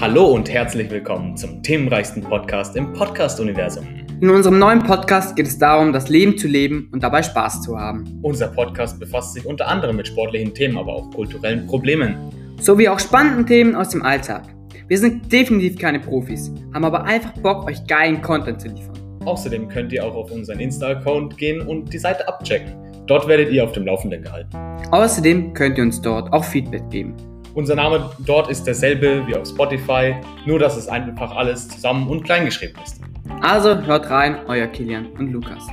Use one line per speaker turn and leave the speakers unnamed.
Hallo und herzlich willkommen zum themenreichsten Podcast im Podcast-Universum.
In unserem neuen Podcast geht es darum, das Leben zu leben und dabei Spaß zu haben.
Unser Podcast befasst sich unter anderem mit sportlichen Themen, aber auch kulturellen Problemen.
Sowie auch spannenden Themen aus dem Alltag. Wir sind definitiv keine Profis, haben aber einfach Bock, euch geilen Content zu liefern.
Außerdem könnt ihr auch auf unseren Insta-Account gehen und die Seite abchecken. Dort werdet ihr auf dem Laufenden gehalten.
Außerdem könnt ihr uns dort auch Feedback geben.
Unser Name dort ist derselbe wie auf Spotify, nur dass es einfach alles zusammen und klein geschrieben ist.
Also hört rein, euer Kilian und Lukas.